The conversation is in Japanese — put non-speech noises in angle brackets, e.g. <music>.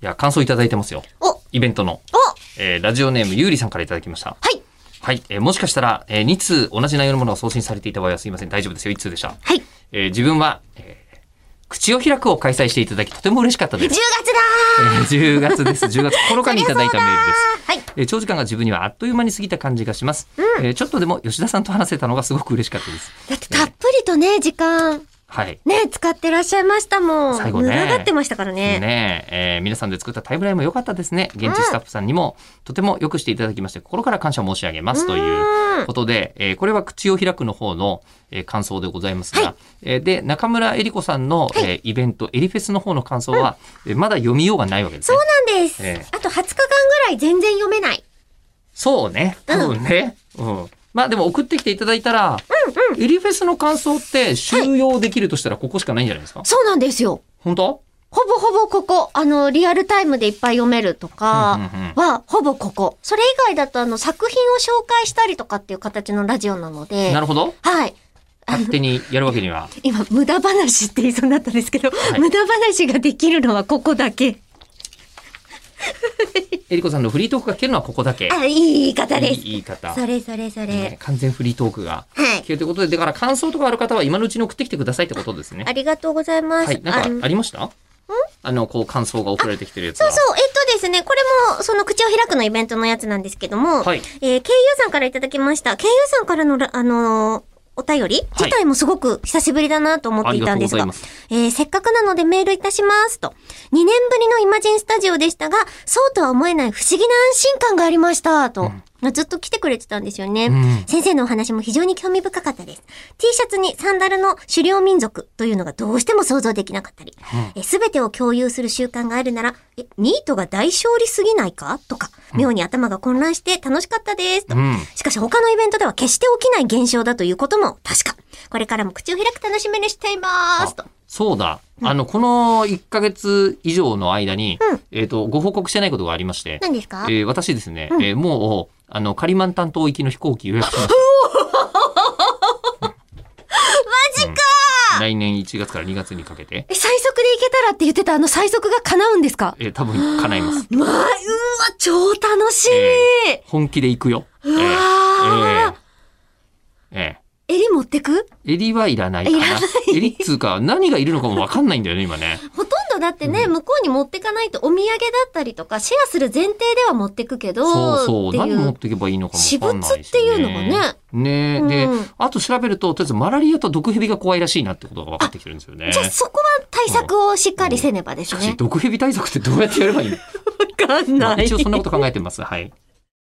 いや、感想いただいてますよ。おおイベントの。えーラジオネームゆうりさんからいただきました。はいはい。えーもしかしたら、え2通同じ内容のものが送信されていた場合はすいません。大丈夫ですよ。1通でした。はい10えー自分は、えー口を開くを開催していただき、とても嬉しかったで月す。だえー10月です。10月9日にいただいたメールです。ーはいえー長時間が自分にはあっという間に過ぎた感じがします、えーちょっとでも吉田さんと話せたのがすごく嬉しかったです。だってたっぷりとね時間はい。ね使ってらっしゃいましたもん最後ね群がってましたからねねえ、えー皆さんで作ったタイムラインも良かったですね。現地スタッフさんにもとても良くしていただきまして、心から感謝申し上げますということで、えーこれは口を開くの方の、えー感想でございますが、はいえーで、中村えり子さんの、えーイベント、エリフェスの方の感想は、えーまだ読みようがないわけですそねう。なんです、ええあと20日間ぐらい全然読めないそうね。多分ね。うん。まあでも送ってきていただいたら、エリフェスの感想って収容できるとしたらここしかないんじゃないですか、そうなんですよ本当ほぼほぼここ、あの、リアルタイムでいっぱい読めるとかうんうんうんは、ほぼここ。それ以外だと、あの、作品を紹介したりとかっていう形のラジオなのでな、るほど。はい。勝手にやるわけには。今、無駄話って言いそうになったんですけど、い無駄話ができるのはここだけ。 <laughs> えりこさんのフリートークが聞けるのはここだけ。あ、いい言い方いでいす。言い方。それそれそれ。ね完全フリートークがはい聞けるということで、だから感想とかある方は今のうちに送ってきてくださいってことですねあ。りがとうございます。はい。あなんのかありましたあの、こう感想が送られてきてるやつそは。うそう、えっとですね、これも、その、口を開くのイベントのやつなんですけども、はいえー、ケイユーさんからいただきました。ケイユーさんからのら、あのーお便りはい自体もすごく久しぶりだなと思っていたんですが、ありがとうございえーせっかくなのでメールいたしますと。2年ぶりのイマジンスタジオでしたが、そうとは思えない不思議な安心感がありました、と。ずっと来てくれてたんですよね。うん先生のお話も非常に興味深かったです。T シャツにサンダルの狩猟民族というのがどうしても想像できなかったり、すべ、全てを共有する習慣があるなら、え、ニートが大勝利すぎないかとか、妙に頭が混乱して楽しかったです。とうんしかし他のイベントでは決して起きない現象だということも確か。これからも口を開く楽しみにしています。とあ。そうだ。あの、この1ヶ月以上の間に、うんえっ、と、ご報告してないことがありまして、何ですかえー私ですね、えーもう、あの、カリマンタン島行きの飛行機予約し <laughs> ました。マジか、来年1月から2月にかけて、え、最速で行けたらって言ってたあの最速が叶うんですかえー多分叶います。まあ、うわ、超楽しい、え本気で行くよ。えうわーえーーえ襟持ってくー襟はいらないかな。いらない襟っつうか、何がいるのかもわかんないんだよね、今 <laughs> ね。ほとんどだってね、向こうに持ってかないとお土産だったりとか、シェアする前提では持ってくけど、そうそう。ってい何持っう。ていけばいいのかもわかんないし、ね。私物っていうのね。がねで、うんあと調べると、とりあえずマラリアと毒蛇が怖いらしいなってことが分かってきてるんですよね。じゃあそこは対策をしっかりせねばでしすかし、ね。 <laughs> 毒蛇対策ってどうやってやればいいの、わかんまあ一応そんなこと考えてます。はい。